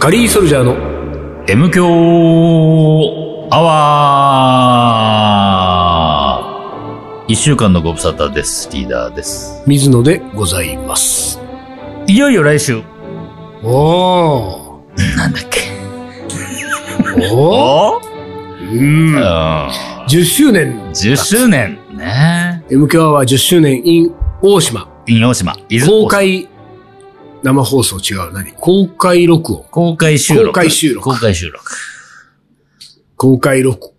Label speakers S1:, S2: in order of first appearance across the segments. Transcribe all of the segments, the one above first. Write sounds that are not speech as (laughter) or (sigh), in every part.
S1: カリーソルジャーの
S2: M 強アワー一週間のご無沙汰です。リーダーです。
S1: 水野でございます。
S2: いよいよ来週。
S1: おー
S2: なんだっけ。
S1: おー
S2: お
S1: うん
S2: うん。。
S1: 10周年。
S2: 10周年。ね
S1: m k は10周年 in 大島。
S2: 引用島。伊豆
S1: 公。開、生放送違う。何公開録音。
S2: 公開収録。
S1: 公開収録
S2: 公開収録。
S1: 公開録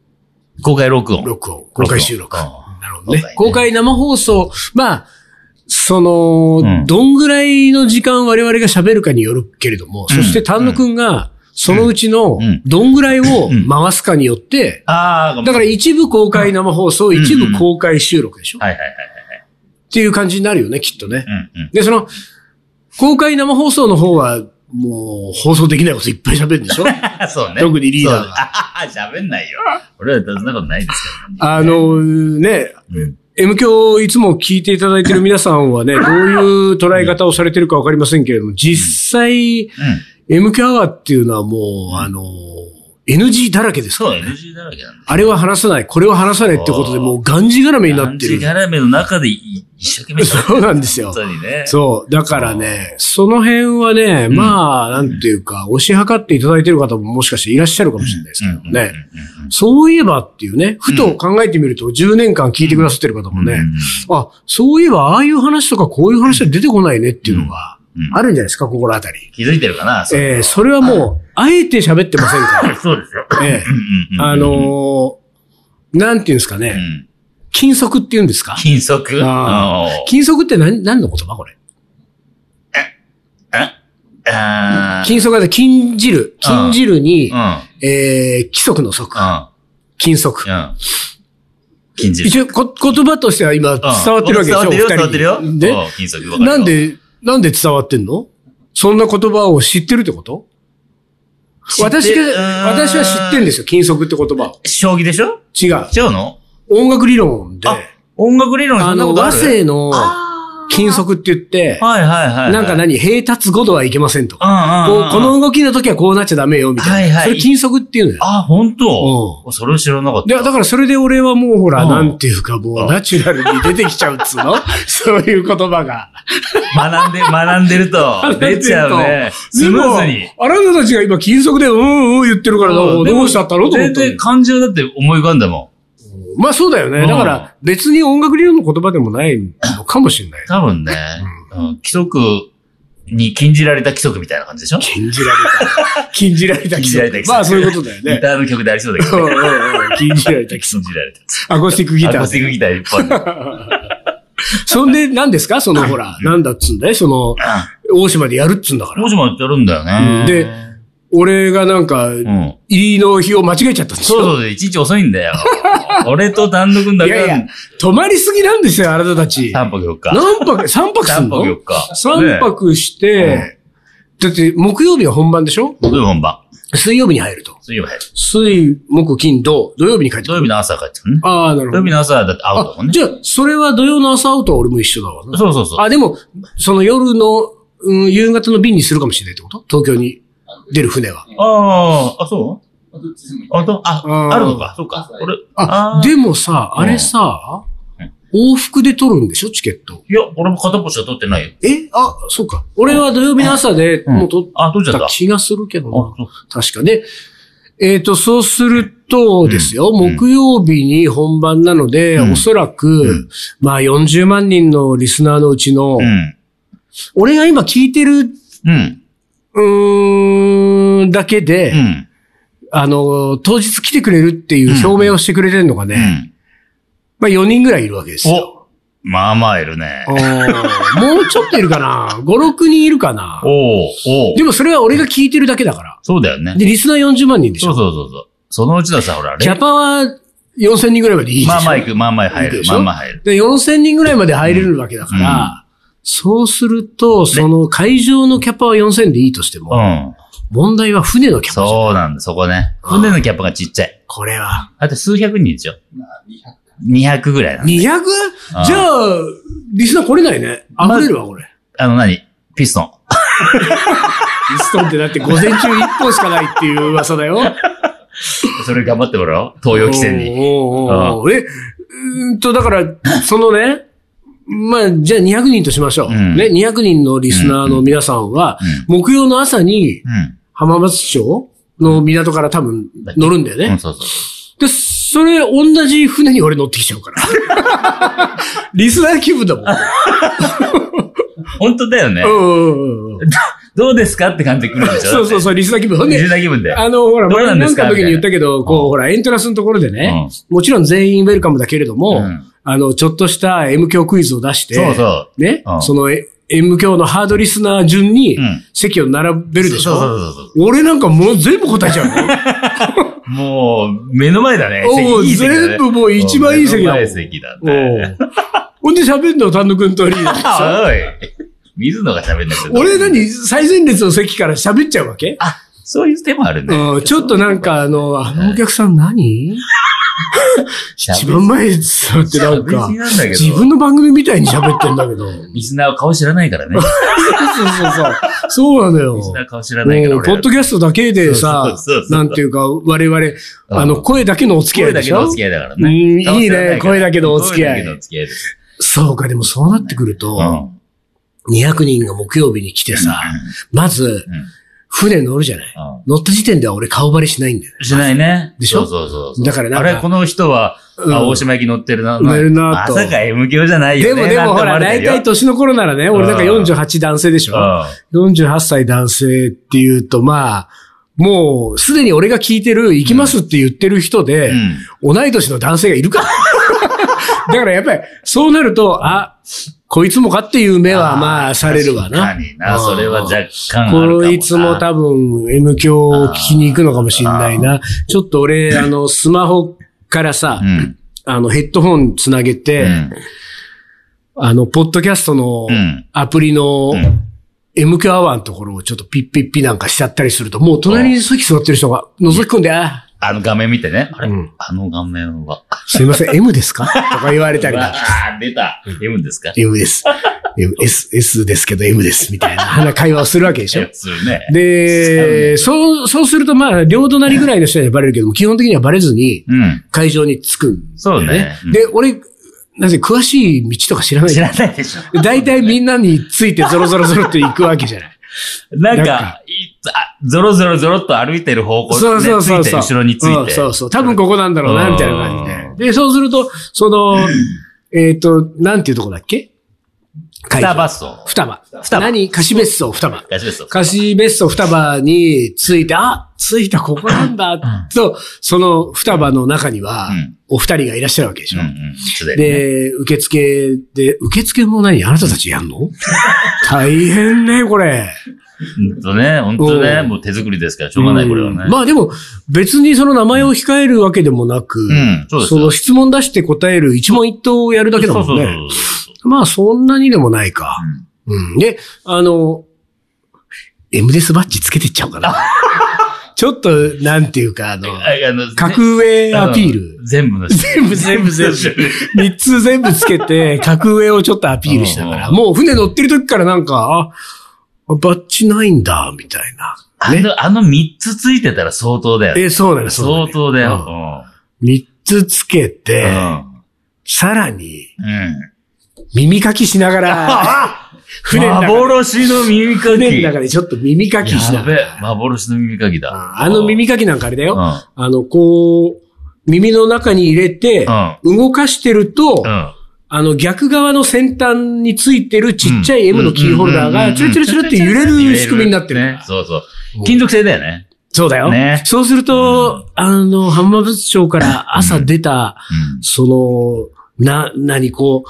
S2: 公開録音。
S1: 録音。公開収録。
S2: うん
S1: なるほどね。
S2: 公
S1: 公開生放送。まあ、その、
S2: うん
S1: どんぐらいの時間我々が喋るかによるけれども、
S2: うん
S1: そして丹野くんが、そのうちの
S2: うん、
S1: どんぐらいを
S2: うん
S1: 回すかによって、
S2: ああ、ごめん
S1: だから一部公開生放送、
S2: ん
S1: 一部公開収録でしょ、
S2: はいはいはい
S1: っていう感じになるよね、きっとね。
S2: はい。うん (laughs) うん。
S1: で、その、公開生放送の方は、もう、放送できないこといっぱい喋るんで
S2: (laughs)
S1: しょ
S2: あそうね。
S1: 特にリーダーが
S2: そうね (laughs) あはは喋んないよ。俺はそんなことないです
S1: あの、ね、
S2: けど。うん
S1: M 響いつも聞いていただいてる皆さんは (laughs) ね、どういう捉え方をされてるかわかりませんけれども、実際、
S2: うん。
S1: M 響アワーっていうのはもう、あの、NG だらけですか
S2: そう、
S1: らね。
S2: NG だらけなんだ。
S1: あれは話さない、これは話さないってことで、もうがんじがらめになってる
S2: ガンジ。ガラメの中でい一生懸命やってる
S1: (laughs) そうなんですよ
S2: 本。当にね。
S1: そう。だからね、その辺はね、
S2: ん
S1: まあ、なんていうか、推し量っていただいてる方ももしかしていらっしゃるかもしれないですけど
S2: うんうんうんうん
S1: ね。そういえばっていうね、ふと考えてみると、10年間聞いてくださってる方もね、あ、そういえばああいう話とかこういう話は出てこないねっていうのが
S2: うんうん
S1: あるんじゃないですか、心当たり。
S2: 気づいてるかなそう
S1: ええそれはもう、あえて喋ってませんか
S2: そうですよ。 (laughs)
S1: ら。ええ
S2: うんうんうん
S1: あのーなんていうんですか
S2: う
S1: ね、
S2: ん
S1: 禁足って言うんですか
S2: 金属
S1: あ
S2: あ
S1: 禁足って何、何の言葉これ。
S2: ーあー。
S1: 禁足は禁じる。禁じるに
S2: う、ん。うん。
S1: えー、規則の則。禁則。
S2: うん。金属。
S1: 一応、こ、言葉としては今伝わってるわけでしょ、
S2: うん
S1: お二
S2: 伝わってるよ、伝わ
S1: 人
S2: っ
S1: に。
S2: てる
S1: で、
S2: よ。うん金属わかる
S1: な
S2: よ
S1: んで、なんで伝わってんのそんな言葉を知ってるってこと
S2: 知って
S1: 私が
S2: うーん、
S1: 私は知ってんですよ、禁則って言葉を。
S2: 将棋でしょ
S1: 違う。
S2: 違うの
S1: 音楽理論で、
S2: あ音楽理論そ
S1: あ
S2: んな
S1: の、
S2: ことあ
S1: 和
S2: る
S1: 声の禁則って言って、
S2: はいはいはいはい。
S1: なんか何、平達語度はいけませんとか。
S2: うんう
S1: こ
S2: んうん
S1: うこの動きの時はこうなっちゃダメよ、みたい
S2: はい
S1: な。
S2: はい
S1: それ禁則っていうのよ。
S2: あ、本当、それを知らなかっ
S1: で、
S2: た。
S1: だからそれで俺はもうほら、
S2: うん
S1: なんていうかもう
S2: うん
S1: ナチュラルに出てきちゃうっつう
S2: (laughs)
S1: のそういう言葉が。
S2: 学んで、学んでると、
S1: んでる
S2: 出
S1: と
S2: ちゃうね。スムーズ
S1: で
S2: に。
S1: もあなたたちが今、金属で、うんうん言ってるから、どう
S2: でも
S1: どうしたったのと思っ
S2: 全
S1: たの
S2: 然感情だって思い浮かんだも
S1: まあそうだよ
S2: う
S1: ね。
S2: ん
S1: だから、別に音楽理論の言葉でもないのかもしれない
S2: ん。。多分ね、うん規則に禁じられた規則みたいな感じでしょ
S1: 禁じられた。禁じられた
S2: 禁
S1: 規
S2: じられた
S1: 則
S2: 規。則
S1: まあそういうことだよ
S2: ギ
S1: ね。
S2: ターの曲でありそうだけ
S1: う
S2: ど
S1: ん
S2: ね。
S1: うんうん禁じられた規則。
S2: 禁じられた。
S1: アコースティックギ
S2: ア
S1: タ
S2: コーステ
S1: ー。
S2: ィックギター一本
S1: (laughs)
S2: で。
S1: そんで、何ですかそのほら、なんだっつうんだいその、大島でやるっつうんだから
S2: も。しもやってるんだよね。
S1: で俺がなんか、
S2: うん。
S1: 入りの日を間違えちゃったんです
S2: そう
S1: よ。
S2: そう、いちいち遅いん
S1: (laughs)
S2: だよ。俺と丹野くんだ
S1: い
S2: け
S1: やいや
S2: 3、
S1: 泊まりすぎなんですよ、あなたたち。
S2: 泊4日。
S1: 何泊、三泊すん
S2: 3
S1: の
S2: 泊4日。
S1: 三
S2: ね。
S1: 泊して、だって木曜日は本番でしょ
S2: 土曜日本番。
S1: 水曜日に入ると。
S2: 水曜日入る。
S1: 水、木、金、土、土曜日に帰ってく
S2: 土
S1: る。
S2: 曜日の朝帰ってくるね。
S1: ああ、なるほ
S2: 土
S1: ど
S2: 曜。日の朝はだってアウトだもん
S1: あ
S2: ね。
S1: じゃあ、それは土曜の朝アウトは俺も一緒だわな。
S2: そうそうそう。
S1: あ、でも、その夜の、うん、夕方の便にするかもしれないってこと東京に出る船は。
S2: ああ、あ、そうあ、とあ、
S1: うん
S2: あるのか、そうか。俺、
S1: あ
S2: あ、ー
S1: でもさ、あれさ、往復で取るんでしょチケット。
S2: いや、俺も片っぽしか取ってないよ。
S1: えあ、そうか。俺は土曜日の朝で
S2: うん
S1: もう取っ
S2: あ、取っちゃったた。あ、
S1: 気がするけどな。
S2: そう
S1: 確かで、えっ、と、そうするとですよ、
S2: うん
S1: 木曜日に本番なので、
S2: うん
S1: おそらく、
S2: うん
S1: まあ40万人のリスナーのうちの、
S2: うん。
S1: 俺が今聞いてる、
S2: うん。
S1: うーん、だけで、
S2: うん。
S1: あの、当日来てくれるっていう表明をしてくれてるのがね、
S2: うん。
S1: まあ4人ぐらいいるわけですよ。
S2: おまあまあいるね。
S1: おーもうちょっといるかな ?5、6人いるかな
S2: おおお
S1: でもそれは俺が聞いてるだけだから。
S2: そうだよね。
S1: で、リスナー40万人でし
S2: そう
S1: ょ
S2: そうそうそう。そのうちのさ、ほら、
S1: キャパは4000人ぐらいまでいいでしょ
S2: まあまあいく、まあまあ入
S1: いい
S2: る
S1: で、しょ
S2: まあまあ入る。
S1: で、4000人ぐらいまで入れるわけだから、
S2: うん
S1: そうすると、その会場のキャパは4000でいいとしても、
S2: うん。
S1: 問題は船のキャパじゃん
S2: そうなんだ、そこね。
S1: うん
S2: 船のキャップがちっちゃい。
S1: これは。
S2: あと数百人でしょ。200ぐらいなの
S1: 200? じゃ
S2: あ
S1: あ、リスナー来れないね。溢れるわ、これ。
S2: あの何ピストン。
S1: ストンってだって午前中一本しかないっていう噂 (laughs) だよ。
S2: それ頑張ってもらおう。東洋汽船に。
S1: おーおーおーえ、うーんと、だから、そのね、まあ、じゃあ200人としましょう。
S2: うん
S1: ね、200人のリスナーの皆さんは、木曜の朝に
S2: うん。
S1: 浜松町の港から多分乗るんだよね。
S2: うん、そうそうそ
S1: で、それ、同じ船に俺乗ってきちゃうから。
S2: (laughs)
S1: リスナー気分だもん。
S2: う。本当だよね。
S1: うんうんうんうん。
S2: どうですかって感じで来るでしょ
S1: そうそうそう、リスナー気分。ほんで
S2: 水、田気分で。
S1: あの、ほら、
S2: どう
S1: 前
S2: な
S1: なん
S2: です
S1: ん
S2: か
S1: かの時に言ったけど、
S2: う
S1: こ
S2: ん
S1: う、ほら、エントランスのところでね、もちろん全員ウェルカムだけれども、
S2: うん
S1: あの、ちょっとした M 教クイズを出して、
S2: そうそう。
S1: ね、
S2: うん
S1: そのえ M 教のハードリスナー順に
S2: うん
S1: 席を並べるでしょ、
S2: そうそうそうそう
S1: 俺なんかもう全部答えちゃう
S2: (laughs)
S1: の
S2: もう、目の前だね。席
S1: おう
S2: いい席だね
S1: 全部もう一番いい席だもん
S2: 目の前席だ
S1: お
S2: ね。
S1: うほんで喋んの、丹野くんとリーダーでしょ
S2: (laughs) あおい。水野が喋んなくて。
S1: 俺何最前列の席から喋っちゃうわけ
S2: あ、そういう手もあるね。
S1: うん、ちょっとなんかあの、あのお客さん何
S2: 喋
S1: 一
S2: り、
S1: 番前に座ってなん
S2: 喋り
S1: か
S2: すぎ、なんだけど。
S1: 自分の番組みたいに喋ってんだけど。そう
S2: リスナーは顔知らないからね。
S1: そうそうそう。そうなのよ。
S2: リスナーは顔知らないから
S1: もう
S2: 俺
S1: ポ
S2: ら。
S1: ッドキャストだけでさ
S2: そうそうそう、そう
S1: なんていうか、我々、あの、声だけのお付き合
S2: 声
S1: いで
S2: だけ
S1: し
S2: のお
S1: ょ
S2: 付き合いだから
S1: うん
S2: ね。
S1: いいね、声だけのお付き合
S2: 声だけのお
S1: い。
S2: 付き合いです。
S1: そうか、でもそうなってくる
S2: う
S1: と、
S2: ん。
S1: 200人が木曜日に来てさ、まず
S2: うん、
S1: 船乗るじゃない。
S2: う
S1: 乗った時点では俺顔バレしないんだよ。
S2: ん。しないね。
S1: でしょ
S2: そうそうそうそう。
S1: だからなん
S2: あ
S1: か
S2: れ、この人は、
S1: うん
S2: あ、大島行き乗ってるな。
S1: 乗るなと
S2: まさか M 響じゃない
S1: で
S2: よね。
S1: もでもほら、大
S2: なんて思わ
S1: 体
S2: れてるよ
S1: 年の頃ならね、俺なんか48男性でしょ48歳男性っていうと、まあ、もう、すでに俺が聞いてる、行きますって言ってる人で、
S2: うん。
S1: 同い年の男性がいるから。 (laughs) だからやっぱり、そうなると、あ、こいつもかっていう目は、まあ、されるわな。
S2: 確かにな、それは若干あるかもな。
S1: こいつも多分、M 響を聞きに行くのかもしれないな。ちょっと俺、あの、スマホからさ、
S2: うん。
S1: あの、ヘッドホンつなげて、
S2: うん
S1: あの、ポッドキャストの
S2: うん
S1: アプリの
S2: ん
S1: MQ アワーのところをちょっとピッピッピなんかしちゃったりすると、もう隣に席座ってる人が覗き込んで、あ
S2: あの画面見てね。あれ
S1: うん
S2: あの画面は。
S1: すいませ
S2: (laughs)
S1: ん、M ですかとか言われたり
S2: あ
S1: だ。
S2: ー出た。M ですか
S1: M です。M S、S ですけど M です。みたいな話会話をするわけでしょ。
S2: するね。
S1: で、そう、そうするとまあ、両隣ぐらいの人にはバレるけども、基本的にはバレずに
S2: うん。
S1: 会場に着くんだよ
S2: そうねうん
S1: で、俺、なぜ詳しい道とか知らない
S2: 知らないでしょ。
S1: 大体みんなについてゾロゾロゾロって行くわけじゃない。
S2: なん
S1: なん
S2: か、いあゾロゾロゾロっと歩いてる方向
S1: そうそうそう
S2: ねついて
S1: そう。
S2: 後ろについ
S1: うん
S2: て。
S1: そうそう。多分ここなんだろうな、みたいな感じで。で、そうすると、その、
S2: (laughs)
S1: えっと、なんていうとこだっけ会
S2: 双
S1: 場
S2: バスを。
S1: 双葉。
S2: 双葉
S1: 何貸別荘双葉。
S2: 大丈夫ですよ。
S1: 貸別荘双葉について、あ、ついたここなんだ、と、その双葉の中には
S2: うん、
S1: お二人がいらっしゃるわけでしょ
S2: うん。うん。すでにね
S1: で、受付で、受付も何あなたたちやん
S2: (laughs)
S1: の大変ね、これ。
S2: うんとね、本当ね、
S1: うん
S2: もう手作りですから、しょうがない、これはね。
S1: まあでも、別にその名前を控えるわけでもなく、
S2: うん、そうです
S1: その
S2: よ。
S1: 質問出して答える一問一答をやるだけだもんね。
S2: そうそうそう
S1: まあそんなにでもないか。うん。で、あの、M デスバッジつけてっちゃおう
S2: (laughs)
S1: かな。ちょっと、なんていうか、あの
S2: そう。、ああの
S1: 格上アピール
S2: う。ん全部の。
S1: 全部全部全部。三つ全部つけ
S2: (laughs)
S1: て、格上をちょっとアピールしながら、
S2: うん
S1: もう船乗ってる時からなんか、あ、バッジないんだ、みたいな。
S2: あの、あの三つついてたら相当だよ。
S1: え、そうなの、そうなの
S2: 相当だよ。
S1: 三つつけて、
S2: うん。
S1: さらに、
S2: うん。
S1: 耳かきしなが
S2: (laughs)
S1: ら、船の中で、
S2: 幻の耳かき。
S1: 船の中でちょっと耳かきしな
S2: や
S1: が
S2: べ
S1: ら。
S2: え、幻の耳かきだ。
S1: ああの耳かきなんかあれだ
S2: うん。う
S1: よ。
S2: ん。
S1: あの、こう、耳の中に入れて、動かしてると、
S2: うん。
S1: あの、逆側の先端についてるちっちゃい M のキーホルダー
S2: うんう
S1: が、
S2: ん
S1: チュルチュルチュルって揺れる仕組みになってる。
S2: ね。そうそう。金属製だよね。
S1: そうだよ。
S2: ね
S1: そうすると、あの、浜松町から朝出た、
S2: うん
S1: その、な、なにこう、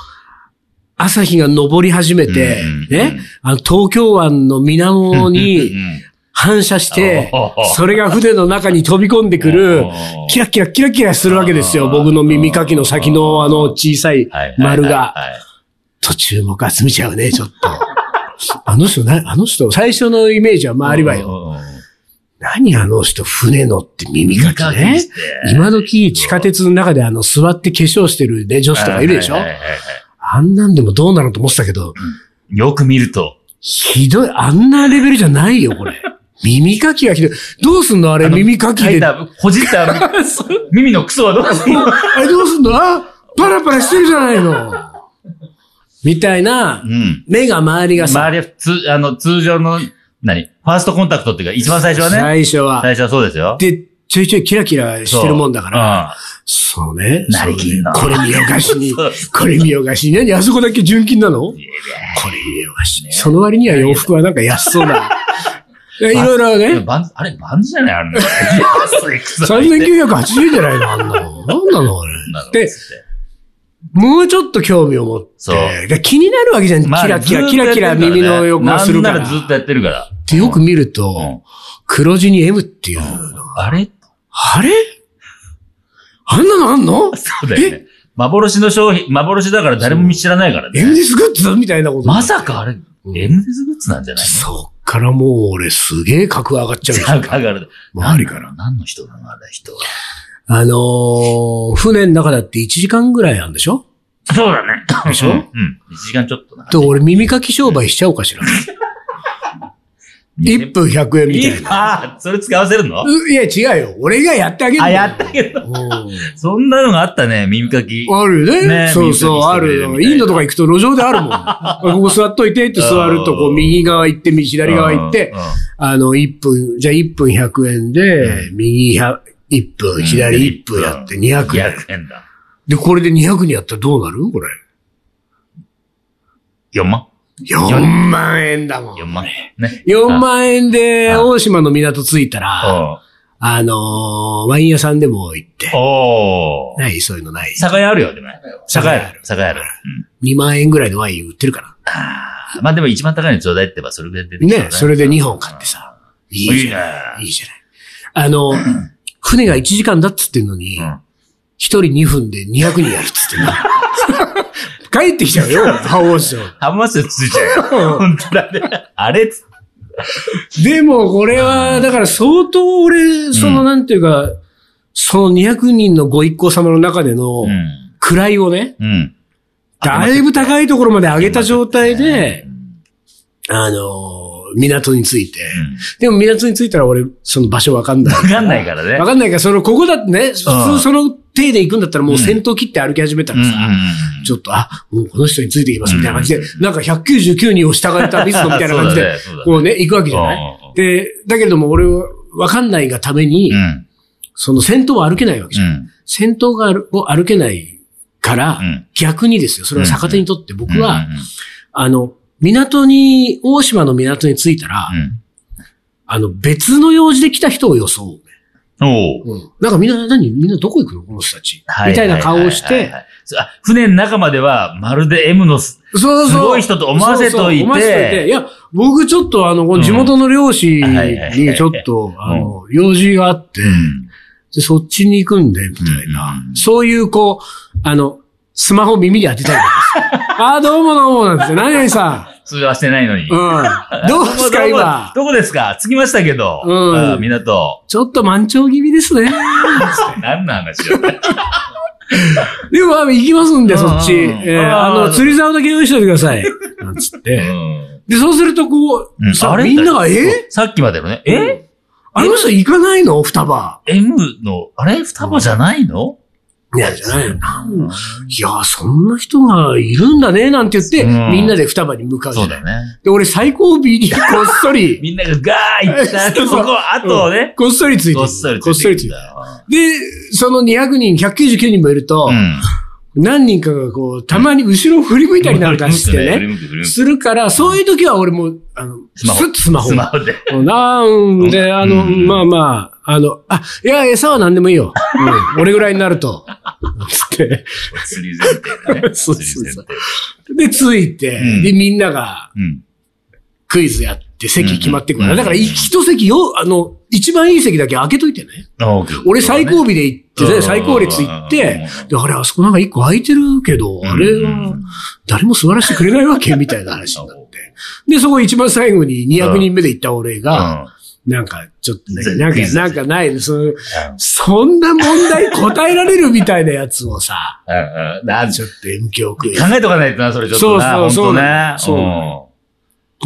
S1: 朝日が昇り始めて
S2: うん、
S1: ね、あの東京湾の水面
S2: うん
S1: に
S2: うん
S1: 反射して
S2: おー、
S1: それが船の中に飛び込んでくる
S2: おー、
S1: キラキラキラキラするわけですよ。僕の耳かきの先のあの小さい
S2: はいはい
S1: 丸が。
S2: はいはい
S1: と注目集めちゃうね、ちょっと。 (laughs) あの人な、あの人、最初のイメージは周りはよ。
S2: うんうんうん
S1: 何あの人、船乗って耳かき
S2: 耳か
S1: ね
S2: きして。
S1: 今時、地下鉄の中であの、座って化粧してるね、女子とかいるでしょ
S2: はいはいはいはい
S1: あんなんでもどうなのと思ってたけど、
S2: よく見ると。 (laughs)
S1: ひどい、あんなレベルじゃないよ、これ。耳かきがひどい。どうすんのあれ、
S2: あの
S1: 耳かき
S2: 書い
S1: で。
S2: た、ほじった耳のクソはどうすんの
S1: あれどうすんのあ、パラパラしてるじゃないの。みたいな
S2: う、ん。
S1: 目が周りがさ、
S2: 周りは、つ、あの、通常の、何ファーストコンタクトっていうか、一番最初はね、
S1: 最初は。
S2: 最初はそうですよ。
S1: で、ちょいちょいキラキラしてるもんだから。
S2: ら。
S1: そうね。
S2: なりきりの
S1: そうねこれ見よがしに
S2: (laughs) そう、
S1: これ見よがしに。何あそこだけ純金なのこれ見よがしに。その割には洋服はなんか安そう
S2: (laughs)
S1: な。でいろいろ
S2: うん。
S1: ね。
S2: バンズ、あれ、バンズじゃないあれ。安い (laughs) くそいって
S1: 3980円じゃないのあんなの。なんなのあれ。
S2: なの
S1: で
S2: つって
S1: もうちょっと興味を持っ
S2: そう
S1: て。で気になるわけじゃん。キ
S2: まあ
S1: ラキラ、
S2: ず
S1: キ
S2: っとや
S1: ラ
S2: って
S1: キ
S2: るから
S1: ラ
S2: ね
S1: 耳の横がするから。
S2: なんならずっとやってるから。
S1: で、よく見ると、
S2: うん
S1: 黒字に M っていうの。
S2: あれ
S1: あれあんなのあんの
S2: そうだよね。幻の商品、幻だから誰も知らないからね。
S1: エムディスグッズみたいなこと。
S2: まさかあれ、エムディスグッズなんじゃない
S1: そっからもう俺すげえ格上がっちゃうよ。
S2: の上がる。
S1: 周りから
S2: なんだろう。何の人なのあれ人は。
S1: あのー、船の中だって1時間ぐらいあるんでしょ
S2: そうだね。
S1: でしょ
S2: うん。1時間ちょっとな。
S1: と、俺耳かき商売しちゃおうかしら。1分100円みたいな。
S2: ああ、それ付き合わせるの
S1: ういや、違うよ。俺がやってあげるん
S2: あ、
S1: だよ
S2: やったけど。
S1: うん
S2: そんなのがあったね、耳かき。
S1: あるよね。
S2: ね
S1: そうそう、
S2: 水着
S1: あ
S2: 着てくれ
S1: る
S2: るみ
S1: よ。
S2: たいな
S1: インドとか行くと路上であるもん。あここ座っといてって座ると、こ
S2: う
S1: う、
S2: ん
S1: 右側行って、右左側行って
S2: うん、
S1: あの、1分、じゃあ1分100円で、右100 1
S2: う
S1: 分、
S2: ん
S1: 左1分やって200円。
S2: 200円だ。
S1: で、これで200にやったらどうなるこれ。
S2: 4万
S1: 4万円だもん。
S2: ?4 万。ね。
S1: 4万円で、
S2: うん
S1: 大島の港着いたら、
S2: お
S1: あのー、ワイン屋さんでも行って。
S2: おー
S1: ない、そういうのない。
S2: 酒屋あるよ、でもね。酒屋ある。酒屋ある。
S1: 2万円ぐらいのワイン売ってるから。
S2: うんまあでも一番高いのちょうだいって言えばそれぐらい出てきたら
S1: ね、それで2本買って。さ。い
S2: い
S1: い
S2: い
S1: じ
S2: ね
S1: ゃん。。いいじゃない。あ
S2: (clears throat)
S1: の、船が1時間だっつってんのに、
S2: うん
S1: 一1人2分で200人やるっつってんの
S2: (laughs)
S1: 帰ってきちゃうよ、覇王賞。
S2: ハマスついちゃう。本当だね。あれつ
S1: でも、これは、だから相当俺、その、
S2: う
S1: なんていうか、その200人のご一行様の中での
S2: うん。
S1: 位をね、
S2: うん。
S1: だいぶ高いところまで上げた状態で、あの、港に着いて、でも港に着いたら俺、その場所わかんない。
S2: わかんないからね。
S1: わかんないから、その、ここだってね、そ
S2: うん
S1: その手で行くんだったらもう先頭切って歩き始めた
S2: うん
S1: ら
S2: う
S1: さ、
S2: ん。
S1: ちょっと、あ、もうこの人についていきますみたいな感じで、なんか199人を従えた水野みたいな感じで、
S2: そうだね
S1: こうね、行くわけじゃな
S2: うんうんう
S1: い
S2: ん
S1: で、だけれども俺はわかんないがために、
S2: うん。
S1: その先頭は歩けないわけじ
S2: う
S1: ゃん。
S2: ん。
S1: 先頭があるを歩けないから、
S2: うん
S1: 逆にですよ、それは逆手にとって僕は、
S2: うん
S1: あの、港に、大島の港に着いたら、あの、別の用事で来た人を装う。
S2: うん。おう
S1: うん。なんかみんな、何みんなどこ行くのこの人たち。みたいな顔をし。
S2: ははは
S1: て
S2: は、いそうあ船の中までは、まるで M のす、
S1: そうそう。
S2: すごい人と思わせと
S1: そうそ
S2: いて
S1: う思わせといていや、僕ちょっとあの、地元の漁師
S2: はいはいはいは
S1: に
S2: い
S1: ちょっと、あの、用事があって、でそっちに行くんで、みたいな
S2: うんう。ん
S1: そういう、こう、あの、スマホ耳に当てたりとかして。
S2: (laughs)
S1: ああ、どうもどうもなんですよ。何々さ
S2: 通話してないのに。
S1: ん。
S2: (laughs)
S1: うん。どうですか、
S2: どこ
S1: 今。
S2: どこですか着きましたけど。
S1: うん
S2: あ港。
S1: ちょっと満潮気味ですね。
S2: 何の話よ。
S1: でも、あの行きますんで、そっち。
S2: うんうん
S1: えーあ
S2: あー
S1: の、釣り竿だけ用意しておいてください。なんつっ
S2: う
S1: て。
S2: ん
S1: で、そうすると、こ
S2: う
S1: う、さ
S2: あれ
S1: みんなが、え
S2: さっきまでのね、え
S1: あの人行かないの双葉。
S2: ?M の、あれ双葉じゃないの
S1: いや、じゃないよな。いや、そんな人がいるんだね、なんて言って、
S2: うん
S1: みんなで双葉に向かうじ
S2: そ
S1: ゃ
S2: う
S1: な
S2: だ
S1: い。
S2: よね。
S1: で、俺最後尾にこっそり、
S2: みんながガー行った、
S1: そう
S2: (laughs) そ
S1: (laughs) そう
S2: こ、あとね、
S1: こっそりついてる
S2: こっそり
S1: こっそりついて
S2: い
S1: る
S2: た。
S1: で、その200人、199人もいると
S2: う、ん。
S1: 何人かがこう、たまに後ろを振り向いたりなんかして
S2: 振り
S1: ね、
S2: 向く振り向く
S1: するから、そういう時は俺も、あの、
S2: スマホ
S1: スッとスマホ
S2: ス。マホで。
S1: なんで、あの、
S2: うん
S1: まあまあ、あの、あ、いや、餌は何でもいいよ。うん、俺ぐらいになると。つ
S2: (laughs)
S1: って。
S2: 釣り前提でね。
S1: そうそうそう
S2: 釣り前提
S1: で、ついて、
S2: うん
S1: で、みんなが
S2: うん。
S1: クイズやって席決まってくから、
S2: うん
S1: だから一席よ、あの、一番いい席だけ開けといてね。
S2: あオッケー
S1: 俺最後尾で行って
S2: う
S1: ね、
S2: ん
S1: 最高列行っ
S2: うん
S1: て、で、あれ、あそこなんか一個空いてるけど、あれは
S2: うん
S1: 誰も座らせてくれないわけみたいな話になって。で、そこ一番最後に200人目で行った俺が、なんか、ちょっとね、
S2: 全
S1: なんか
S2: 然、
S1: なんかないの、その、そんな問題答えられるみたいなやつをさ、
S2: うんうんうんなん
S1: ち
S2: ち
S1: ょ
S2: ょ
S1: っと M 教クイズ
S2: 考えとかないとな、それちょっとな。
S1: そうそうそう
S2: 本当ね。
S1: そう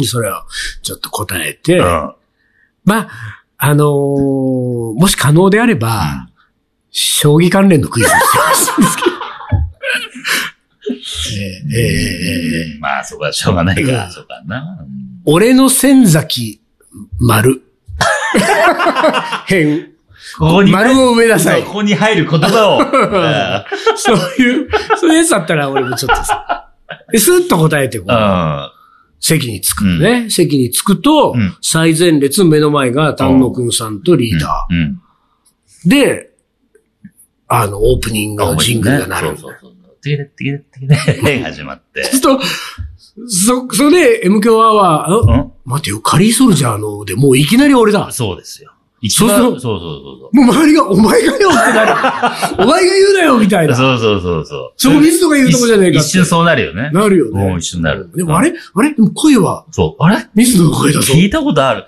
S1: それをちょっと答えて、
S2: うん。うん
S1: まあ、あのーもし可能であれば、将棋関連のクイズにしてほしいんですけど。ええええええええ
S2: うんまあ、そこはしょうがないか
S1: う
S2: ら、
S1: ん
S2: そうかな。
S1: 俺の先崎、 (laughs) 丸。変。
S2: ここに、
S1: 丸を埋めなさい
S2: こ。こに入る
S1: (laughs)
S2: 言葉を。うん
S1: そういう、そういうやつだったら俺もちょっとさ。でスッと答えてこ
S2: う
S1: う。
S2: ん。
S1: 席に着くのね。席に着くと、
S2: うん
S1: 最前列目の前が丹野くんさんとリーダ
S2: うん。
S1: ー。で、あの、オープニングのジングルが鳴るんだ
S2: そ
S1: よ
S2: う。そうそう。てけれってけれってけれ (laughs) 始まって。
S1: そうすると、そ、それで M 響アワー、あ
S2: うん
S1: 待てよ、カリーソルジャーので、もういきなり俺だ。
S2: そうですよ。
S1: そうそう
S2: 一番そうそうそうそう。
S1: もう周りが、お前がよって
S2: (laughs)
S1: なる。お前が言うなよみたいな。
S2: そうそうそうそう。
S1: ショービズとか言うとこじゃねえか
S2: 一
S1: って
S2: 瞬そうなるよね。
S1: なるよ
S2: もう
S1: ね。
S2: 一瞬なる。
S1: でもあれあれでも声は、
S2: そう。あれ
S1: 水野の声だぞ。
S2: 聞いたことある。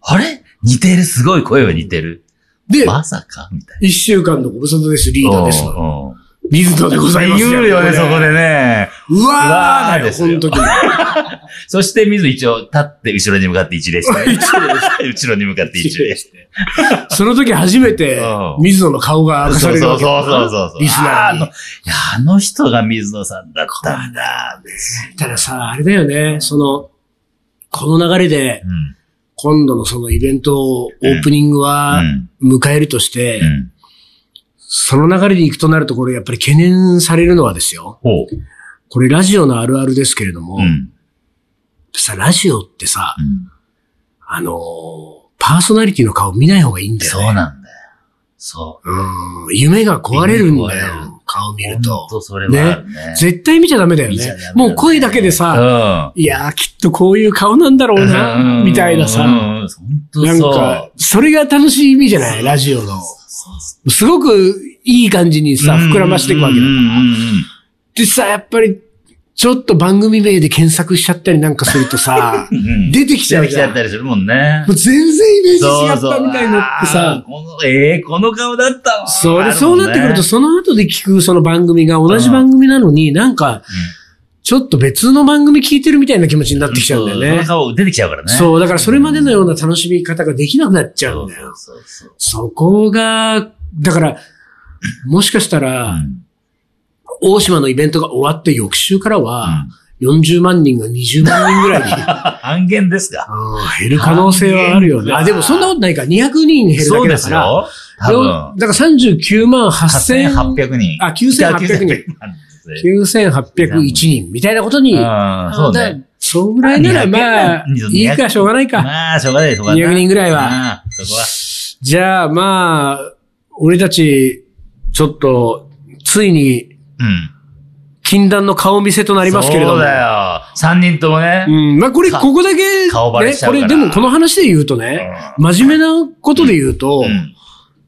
S2: あれ似てる。すごい声は似てる。
S1: で、
S2: まさかみたい
S1: 一週間のご無沙汰です、リー
S2: な。
S1: ダーです。
S2: うんうん
S1: 水野でございます。
S2: 言うよね、そこ。でね。
S1: うわー
S2: うわー
S1: だ
S2: で
S1: よ、
S2: す
S1: こ
S2: よ
S1: の時。
S2: そして、水一応、立って、後ろに向かって一
S1: (laughs)
S2: 礼して。 (laughs) 後ろに向かって一礼して。
S1: その時初めて
S2: う、ん
S1: 水野の顔が明かさ
S2: そ
S1: れ
S2: う
S1: る
S2: そう
S1: わけ
S2: そう
S1: だ
S2: そうそう。
S1: リスナーに
S2: あのいや、あの人が水野さんだったんだ。
S1: たださ、あれだよね、その、この流れで
S2: う、ん。
S1: 今度のそのイベント、オープニングは迎えるとして
S2: う、ん。
S1: その流れで行くとなるところ、やっぱり懸念されるのはですよ。
S2: ほう。
S1: これラジオのあるあるですけれども
S2: う、ん。
S1: さ、ラジオってさ
S2: う、ん
S1: あのー、パーソナリティの顔見ない方がいいんだよ
S2: そう
S1: ね。
S2: なんだよ。そう。
S1: うん夢が壊れるんだ
S2: 夢が壊れる
S1: よ、顔見る
S2: ほ
S1: と
S2: ん。とそれはあるね。
S1: 絶対見ちゃダメだよ
S2: 見ち
S1: ね
S2: ゃダメだ。ね
S1: もう声だけでさ、
S2: う。
S1: いやー、きっとこういう顔なんだろうんな、みたいな
S2: うん
S1: さ。
S2: うんうん本当
S1: なん
S2: そう。
S1: か、それが楽しみじゃないラジオの。
S2: そうそ
S1: すごくいい感じに
S2: う
S1: さ、膨らましていくわけだ
S2: うんうんうんうん、
S1: でさ、やっぱり、ちょっと番組名で検索しちゃったりなんかするとさ
S2: (laughs) うん
S1: 出てきちゃう
S2: 出て
S1: じ
S2: きち
S1: ゃ
S2: ゃ
S1: ん。
S2: っ
S1: も
S2: たりするもんね。
S1: う全然イメージ違
S2: そう
S1: ったみたいのって
S2: あー
S1: さ、
S2: この、ええこの顔だったわ。
S1: それ、
S2: あもんね
S1: そうなってくると、その後で聞くその番組が同じ番組なのに、なんか、ちょっと別の番組聞いてるみたいな気持ちになってきちゃうんだよ
S2: そそ
S1: ね
S2: の。顔出てきちゃうからね。う。
S1: そう、だからそれまでのような楽しみ方ができなくなっちゃう
S2: そ
S1: ん
S2: う
S1: だよ。
S2: そうそう。
S1: そこが、だから、もしかした
S2: う
S1: ら、
S2: ん
S1: 大島のイベントが終わって翌週からは、40万人が20万人ぐら
S2: (laughs)
S1: いに
S2: 半減ですか
S1: うん減る可能性はあるよね。あ、でもそんなことないか。200人に減るだ
S2: そう
S1: け
S2: で
S1: だか
S2: す
S1: ら。
S2: よ。多分。
S1: だから39万8000、
S2: 8800人。
S1: あ9800人
S2: なんですね。
S1: 9801人みたいなことに、
S2: うんそう
S1: だか
S2: ね
S1: ら。そうぐらいならまあ、
S2: 200
S1: いいか、しょうがないか。
S2: まあ、しょうがない、しょうがない。
S1: 200人ぐらいは
S2: ああ。そこは。
S1: じゃあまあ、俺たち、ちょっと、ついに、
S2: うん。
S1: 禁断の顔見せとな
S2: あ
S1: りますけれども。
S2: そうだよ。3人ともね。
S1: うん、まあこれ、
S2: か
S1: ここだけ、
S2: 顔バレ
S1: ね
S2: し、ちゃ
S1: こ
S2: うから
S1: れでもこの話で言うとね、真面目なことで言うと
S2: う、ん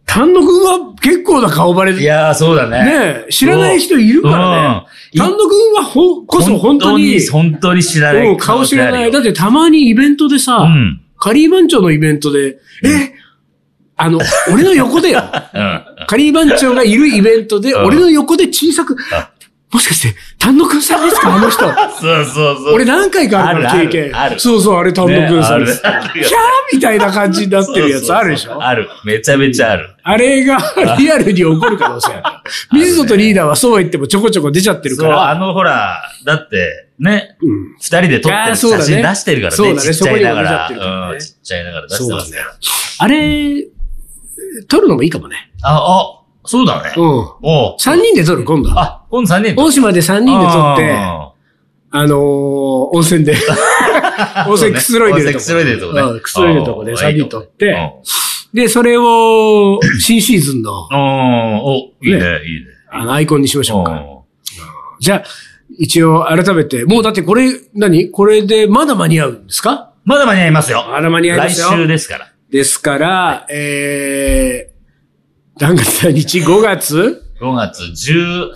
S1: 丹野くんは結構な顔バレ
S2: い
S1: で、
S2: やー、そうだね。
S1: ね、知らない人いるからね。
S2: うん
S1: 丹野くんはほ、こそ本当に、
S2: 本当に知らな
S1: うん
S2: い。
S1: 顔知らない。だ
S2: っ
S1: ってたまにイベントで
S2: う
S1: さ、
S2: ん。
S1: カリー番長のイベントで、えあの、俺の横で
S2: (laughs)
S1: よ。
S2: うん。
S1: カリー番長がいるイベントで、
S2: うん
S1: 俺の横で小さく
S2: あ、
S1: もしかして、丹野くんさんですかあの
S2: (laughs)
S1: 人。
S2: そうそうそ
S1: (laughs)
S2: う。
S1: 俺何回かあるか
S2: ある
S1: ら、
S2: ある
S1: 経験
S2: あ。る
S1: そうそう、あれ丹野くんさんです。 (laughs) キ
S2: ね
S1: ャー
S2: あるあるよ
S1: みたいな感じになってるや
S2: そうそう
S1: つ
S2: そう
S1: あるでしょ
S2: ある。めちゃめちゃある。
S1: あれがリアルに起こる可能性あるから。水野とリーダーはそうは言ってもちょこちょこ出ちゃってる
S2: そ
S1: か
S2: う、
S1: ら。
S2: あのほら、だって、ね、
S1: うん
S2: 二人で撮って
S1: あー
S2: る
S1: そうだ
S2: 写
S1: ね
S2: 真出してるからね。
S1: そうだね
S2: ちっちゃいながら。
S1: そこには
S2: う
S1: 出
S2: ん、
S1: ち
S2: ちっちゃいながら出してますから。
S1: あれ、撮るのもいいかもね。
S2: あ、あ、そうだね。
S1: うん。
S2: おう
S1: 3人で撮る、今度は。
S2: あ、今度3人
S1: 大島で3人で撮って、
S2: あ
S1: あのー、温泉
S2: (laughs)
S1: で、
S2: ー
S1: 温泉くつろいでるとこ。
S2: 温泉くつろいでるとこね
S1: うんくつろいでるとこで
S2: あー
S1: 3人撮って、
S2: う
S1: で、それを、新シーズンの、
S2: んうんお、いいね、いいね。
S1: あの、アイコンにしましょうか。
S2: お
S1: じゃあ、一応改めて、もうだってこれ、何これでまだ間に合うんですか
S2: まだ間に合いますよ。
S1: まだ間に合いま
S2: 来
S1: すよ。
S2: 週ですから。
S1: ですから、えー、何月何日 ?5 月
S2: 5月 18?9!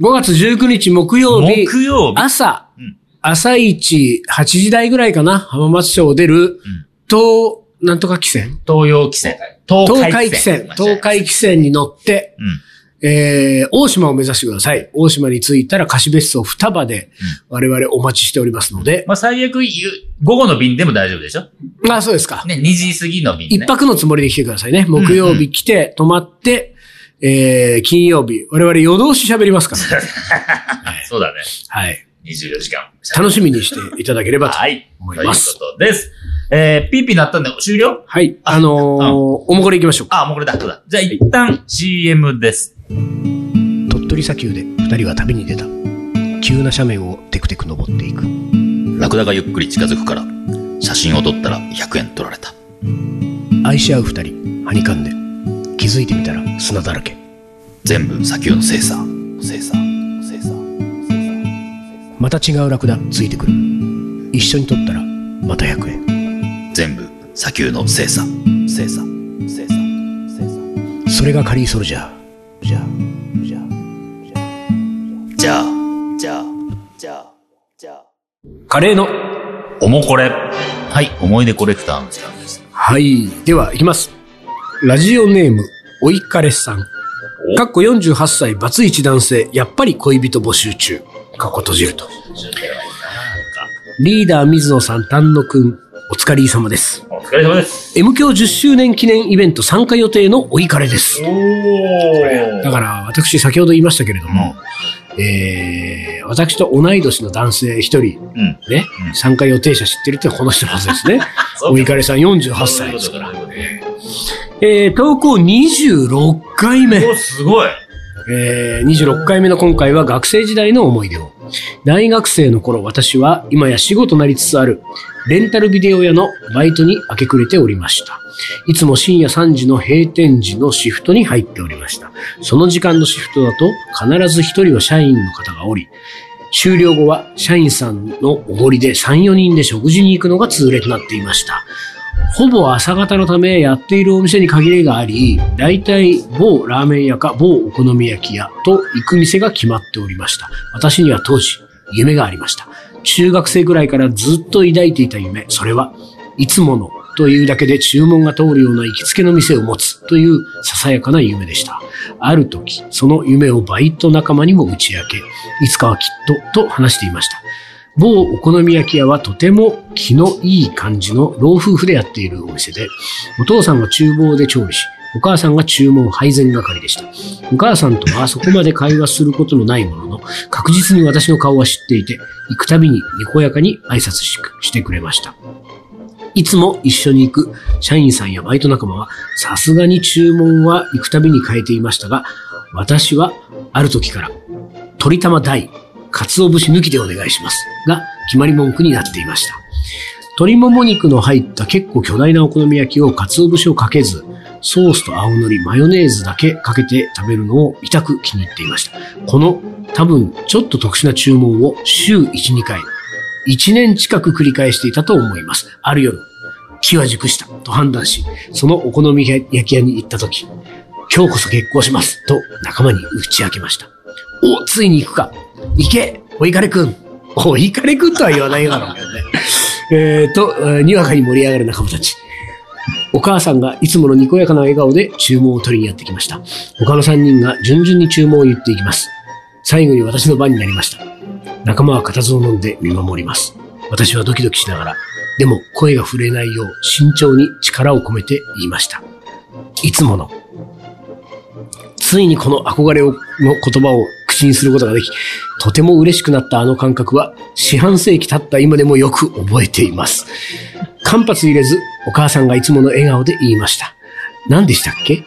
S1: ?5 月19日木曜日。
S2: 木曜日。
S1: 朝、
S2: うん
S1: 朝一、8時台ぐらいかな、浜松町を出る、と、なんとか汽船
S2: 東洋汽船。東
S1: 東海
S2: 海汽
S1: 汽
S2: 船
S1: 船。。東海汽船に乗って、
S2: うん。
S1: ええー、大島を目指してください。大島に着いたら貸別荘双葉で我々お待ちしておりますので。
S2: まあ、最悪、ゆ午後の便でも大丈夫でしょ
S1: あ、そうですか。
S2: ね、2時過ぎの便、ね。
S1: 一泊のつもりで来てくださいね。木曜日来て、泊まって、えー、金曜日。我々夜通し喋りますから、ね。
S2: そうだね。
S1: はい。
S2: 24時間。
S1: 楽しみにしていただければと。
S2: はい。
S1: 思います
S2: ということです。えー、ピーピーなったんで終了
S1: はい。あのー
S2: うん
S1: おもこれ行きましょうか。
S2: あ、もうこれだ、そうだ。じゃあ一旦 CM です。
S1: 鳥取砂丘で二人は旅に出た。急な斜面をテクテク登っていく。
S2: ラクダがゆっくり近づくから、写真を撮ったら100円取られた。
S1: 愛し合う二人、はにかんで。気づいてみたら砂だらけ。
S2: 全部砂丘の精査。精査。精査。
S1: また違うラクダついてくる。一緒に撮ったらまた100円。
S2: 全部砂丘の精査。精査。精査。精査。
S1: それがカリーソルジャー。じゃあ、じゃあ。
S2: じゃあ、じゃあ、じゃあ、じゃあ。
S1: カレーの。
S2: おもこれ。はい、思い出コレクターの時間です。
S1: はい。では、いきます。ラジオネーム、おいかれさん。かっこ48歳、バツイチ男性、やっぱり恋人募集中。かっこ閉じると。リーダー水野さん、丹野くん、お疲れ様です。
S2: お疲れ様です。
S1: M 教10周年記念イベント参加予定のおいかれです。
S2: おー
S1: だから、私、先ほど言いましたけれども、えー、私と同い年の男性一人、
S2: うん。
S1: ね、
S2: うん
S1: 参加予定者知ってるってこの人のはずですね。
S2: (laughs) そう
S1: おいかれさん48歳ですから。
S2: そういうことそういうこ
S1: えー、投稿26回目
S2: と。お、すごい。
S1: えー、26回目の今回は学生時代の思い出を。大学生の頃私は今や仕事なりつつあるレンタルビデオ屋のバイトに明け暮れておりました。いつも深夜3時の閉店時のシフトに入っておりました。その時間のシフトだと必ず一人は社員の方がおり、終了後は社員さんのおごりで3、4人で食事に行くのが通例となっていました。ほぼ朝方のためやっているお店に限りがあり、大体某ラーメン屋か某お好み焼き屋と行く店が決まっておりました。私には当時、夢がありました。中学生くらいからずっと抱いていた夢、それはいつものというだけで注文が通るような行きつけの店を持つというささやかな夢でした。ある時、その夢をバイト仲間にも打ち明け、いつかはきっとと話していました。某お好み焼き屋はとても気のいい感じの老夫婦でやっているお店で、お父さんは厨房で調理し、お母さんが注文配膳係でした。お母さんとはそこまで会話することのないものの、確実に私の顔は知っていて、行くたびににこやかに挨拶ししてくれました。いつも一緒に行く社員さんやバイト仲間は、さすがに注文は行くたびに変えていましたが、私はある時から、鳥玉大、鰹節抜きでお願いします。が、決まり文句になっていました。鶏もも肉の入った結構巨大なお好み焼きを鰹節をかけず、ソースと青のり、マヨネーズだけかけて食べるのを痛く気に入っていました。この多分ちょっと特殊な注文を週1、2回、1年近く繰り返していたと思います。ある夜、気は熟したと判断し、そのお好み焼き屋に行った時、今日こそ結婚しますと仲間に打ち明けました。お、ついに行くか。行け、おいかれくん。おいかれくんとは言わないだろうけどね。 (laughs) えーと、えーにわかに盛り上がる仲間たち。お母さんがいつものにこやかな笑顔で注文を取りにやってきました。他の3人が順々に注文を言っていきます。最後に私の番になりました。仲間は固唾を飲んで見守ります。私はドキドキしながら、でも声が震えないよう慎重に力を込めて言いました。いつもの。ついにこの憧れをの言葉を口にすることができ、とても嬉しくなったあの感覚は、四半世紀経った今でもよく覚えています。間髪入れず、お母さんがいつもの笑顔で言いました。何でしたっけ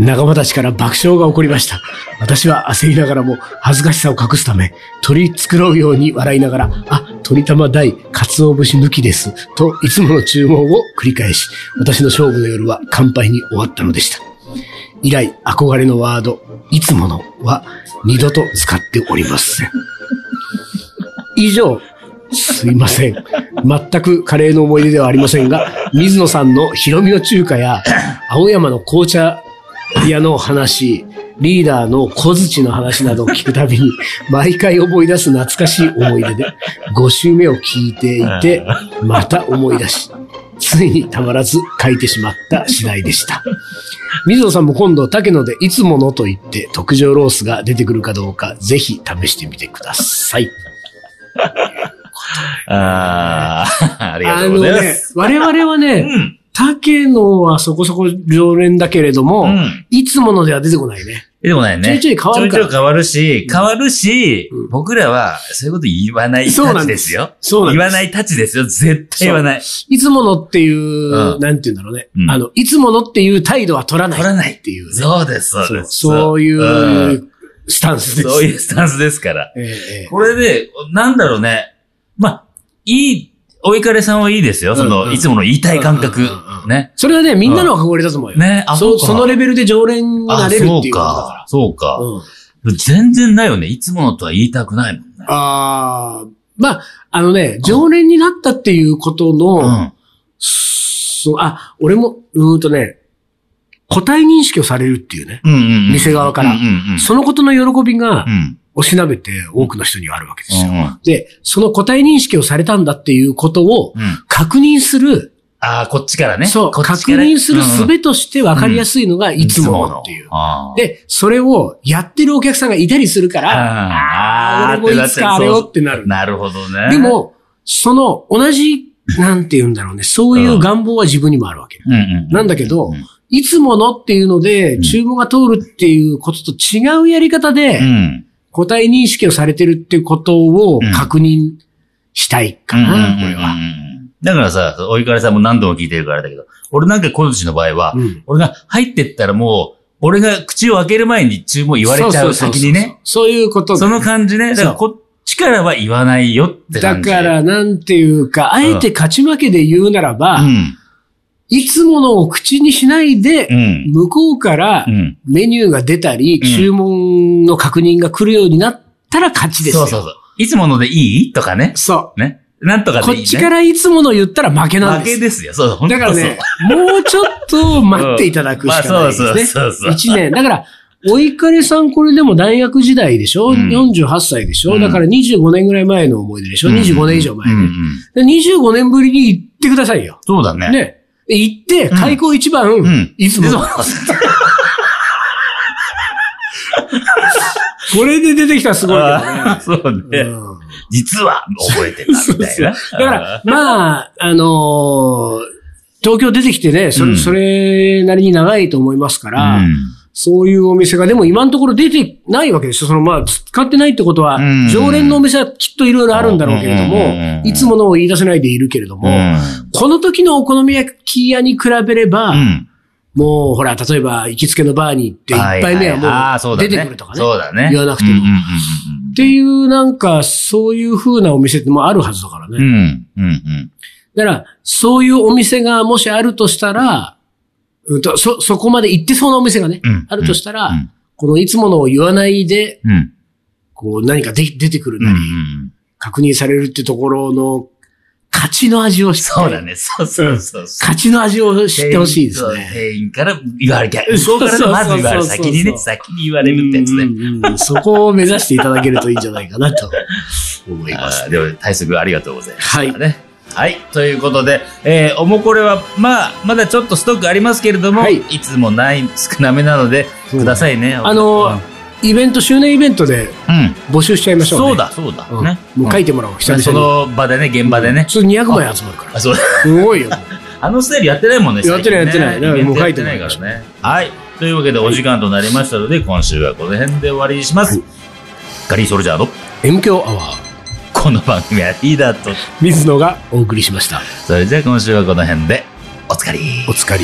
S1: 仲間たちから爆笑が起こりました。私は焦りながらも恥ずかしさを隠すため、取り繕うように笑いながら、あ、鳥玉大、鰹節抜きです。と、いつもの注文を繰り返し、私の勝負の夜は乾杯に終わったのでした。以来、憧れのワード、いつものは二度と使っておりません。以上、すいません。全くカレーの思い出ではありませんが、水野さんのヒロミの中華や、青山の紅茶屋の話、リーダーの小槌の話などを聞くたびに、毎回思い出す懐かしい思い出で、5週目を聞いていて、また思い出し、ついにたまらず書いてしまった次第でした。水野さんも今度、竹野でいつものと言って、特上ロースが出てくるかどうか、ぜひ試してみてください。
S2: あ
S1: (laughs)
S2: あ、ありがとうございます。
S1: あのね、我々は
S2: う
S1: ね、
S2: ん。
S1: 竹野はそこそこ常連だけれども、
S2: うん。
S1: いつものでは出てこないね。
S2: でもないね。
S1: ちょいちょい変わるから
S2: ちょいちょい変わるし、変わるし、
S1: うん
S2: 僕らはそういうこと言わない
S1: そう
S2: た
S1: なん
S2: ち
S1: で
S2: ですすよ。
S1: そうなん
S2: 言
S1: で
S2: わないたちですよ。絶対言わない。
S1: す。いつものっていう、
S2: うん
S1: なんて言うんだろうね、
S2: うん
S1: あの、いつものっていう態度は取らない。
S2: 取らない
S1: っていうね、
S2: そうです、そう
S1: そう
S2: です。
S1: そうい
S2: ん
S1: うスタンスです。
S2: そういうスタンスですから。
S1: ええええ
S2: これで、なんだろうね。まあ、いい、お怒りさんはいいですよ。そ
S1: うんう
S2: の、
S1: ん
S2: いつもの言いたい感覚
S1: うんうんう。ん
S2: ね。
S1: それはね、みんなの憧れだと思うよ。
S2: ね。あ、
S1: そう
S2: か
S1: そのレベルで常連にな
S2: あ、
S1: れる
S2: そ
S1: っていううことだか
S2: か。そう
S1: ら。
S2: か。
S1: うん
S2: 全然ないよね。いつものとは言いたくないもんね。
S1: ああ、まあ、あのね、常連になったっていうことの、
S2: うん。
S1: そう、あ、俺も、うーんとね、個体認識をされるっていうね。
S2: うんうんうん。
S1: 店側から
S2: うんうんうん。
S1: そのことの喜びが
S2: う、ん。
S1: おしなべて多くの人にはあるわけですよ。
S2: うんうん
S1: で、その個体認識をされたんだっていうことを
S2: うん。
S1: 確認する、
S2: ああ、こっちからね。
S1: そう、
S2: こっち
S1: 確
S2: から
S1: 認する術
S2: うんうん
S1: として分かりやすいのがいつものっていう。
S2: あー
S1: で、それをやってるお客さんがいたりするから、あ
S2: あ
S1: あ
S2: ー
S1: ー、俺もいつかあれよってなる。
S2: なるほどね。
S1: で、も、その同じ、なんて言うんだろうね、そういう願望は自分にもあるわけ。
S2: うんうん。
S1: なんだけど
S2: うん
S1: いつものっていうので、
S2: うん
S1: 注文が通るっていうことと違うやり方で
S2: う、ん。
S1: 個体認識をされてるっていうことを
S2: うん
S1: 確認したいかな、これは。
S2: だからさ、お怒りさんも何度も聞いてるからだけど、俺なんか今年の場合は、
S1: うん
S2: 俺が入ってったらもう、俺が口を開ける前に注文言われちゃう先にね。。
S1: そうそうそうそういうこと
S2: そ
S1: だ
S2: の感じね。だから
S1: そ
S2: こっちからは言わないよって
S1: だ
S2: 感じ。
S1: から、なんていうか、あえて勝ち負けで言うなら
S2: う
S1: ば、
S2: ん。
S1: いつものを口にしないで
S2: う、ん。
S1: 向こうから
S2: うん。
S1: メニューが出たり、
S2: うん
S1: 注文の確認が来るようになったら勝ちです
S2: そ
S1: よ。
S2: うそうそう。いつものでいいとかね。
S1: そう
S2: ね。なんとかでいい、ね。
S1: こっちからいつもの言ったら負けなん
S2: 負
S1: で
S2: け
S1: す。
S2: ですよ。そうそう。本当
S1: だからね、もうちょっと待っていただくしかないですね。
S2: うんまあそうそうそうそう
S1: 一年。だから、お怒りさんこれでも大学時代でしょ、
S2: うん
S1: ?48 歳でしょ、
S2: うん
S1: だから25年ぐらい前の思い出でしょ、
S2: そう。
S1: ?25 年以上前、
S2: うんうん。
S1: で。25年ぶりに行ってくださいよ。
S2: そうだね。
S1: ね。で行って、
S2: ん
S1: 開口一番、
S2: ん
S1: いつも
S2: で
S1: の、
S2: そう
S1: (laughs) これで出てきたらすごい
S2: あー
S1: け
S2: そうね。
S1: どね。うん
S2: 実は覚え
S1: (laughs)
S2: てたみたいな。
S1: だから、まあ、あのー東京出てきてね、それ,、
S2: うん
S1: それなりに長いと思いますから、
S2: うん
S1: そういうお店が、でも今のところ出てないわけですよ。そのまあ、使ってないってことは、
S2: うん
S1: 常連のお店はきっといろいろあるんだろうけれど
S2: うんうんうん
S1: も
S2: う、ん
S1: いつものを言い出せないでいるけれども、
S2: うん
S1: この時のお好み焼き屋に比べれば、
S2: うん。
S1: もうほら、例えば行きつけのバーに行って、一杯目はもう出てくるとかね。
S2: そうだね。
S1: 言わなくても
S2: うんう
S1: っ
S2: ん
S1: ていうなんか、そういう風なお店ってもうあるはずだからね。
S2: うんうん。うん。うん
S1: だから、そういうお店がもしあるとしたら、うんと、そ、そこまで行ってそうなお店がね、
S2: うん
S1: あるとしたら、
S2: うん
S1: このいつものを言わないで、
S2: うん。うん
S1: こう何かで出てくる
S2: うんう
S1: なり、
S2: ん。
S1: 確認されるってところの、勝ちの味を知って、
S2: そうだね。そうそうそう。
S1: 勝ちの味を知ってほしいです
S2: そう
S1: ね。
S2: 店員から言われきゃ。向こうからねまず言われ
S1: そうそうそうそ
S2: る。
S1: う
S2: 先にね、先に言わ
S1: う
S2: れるってやつね。
S1: んうんそこを目指していただけるといいんじゃないかなと思います。
S2: あーでも、対策ありがとうございます。
S1: はい。
S2: ね。はい。ということで、えーおもこれは、まあ、まだちょっとストックありますけれども、、
S1: はいい
S2: つもない、少なめなので、
S1: そう
S2: くださいね。
S1: あの、イベント、周年イベントで
S2: うん。
S1: 募集しちゃいましょう、ね。
S2: そう。だ、そうだ。
S1: うん
S2: ね。
S1: もう書いてもらおう、久
S2: うん
S1: 々に。
S2: その場でね、現場でね。
S1: それ200枚集まるから。
S2: あ、そう。
S1: すご
S2: (laughs)
S1: いよ。
S2: あのスタイルやってないもんね、
S1: やってない
S2: 最近ね
S1: やってない
S2: イベント
S1: もう書
S2: や
S1: い
S2: ってて
S1: な
S2: ないいからね。はい。というわけで、お時間となりましたので、今週はこの辺で終わりにします。ガリーソルジャーの、
S1: M 強アワー、
S2: この番組はリーダーと、
S1: 水野がお送りしました。
S2: それじゃあ今週はこの辺で、おつかり
S1: お疲れ。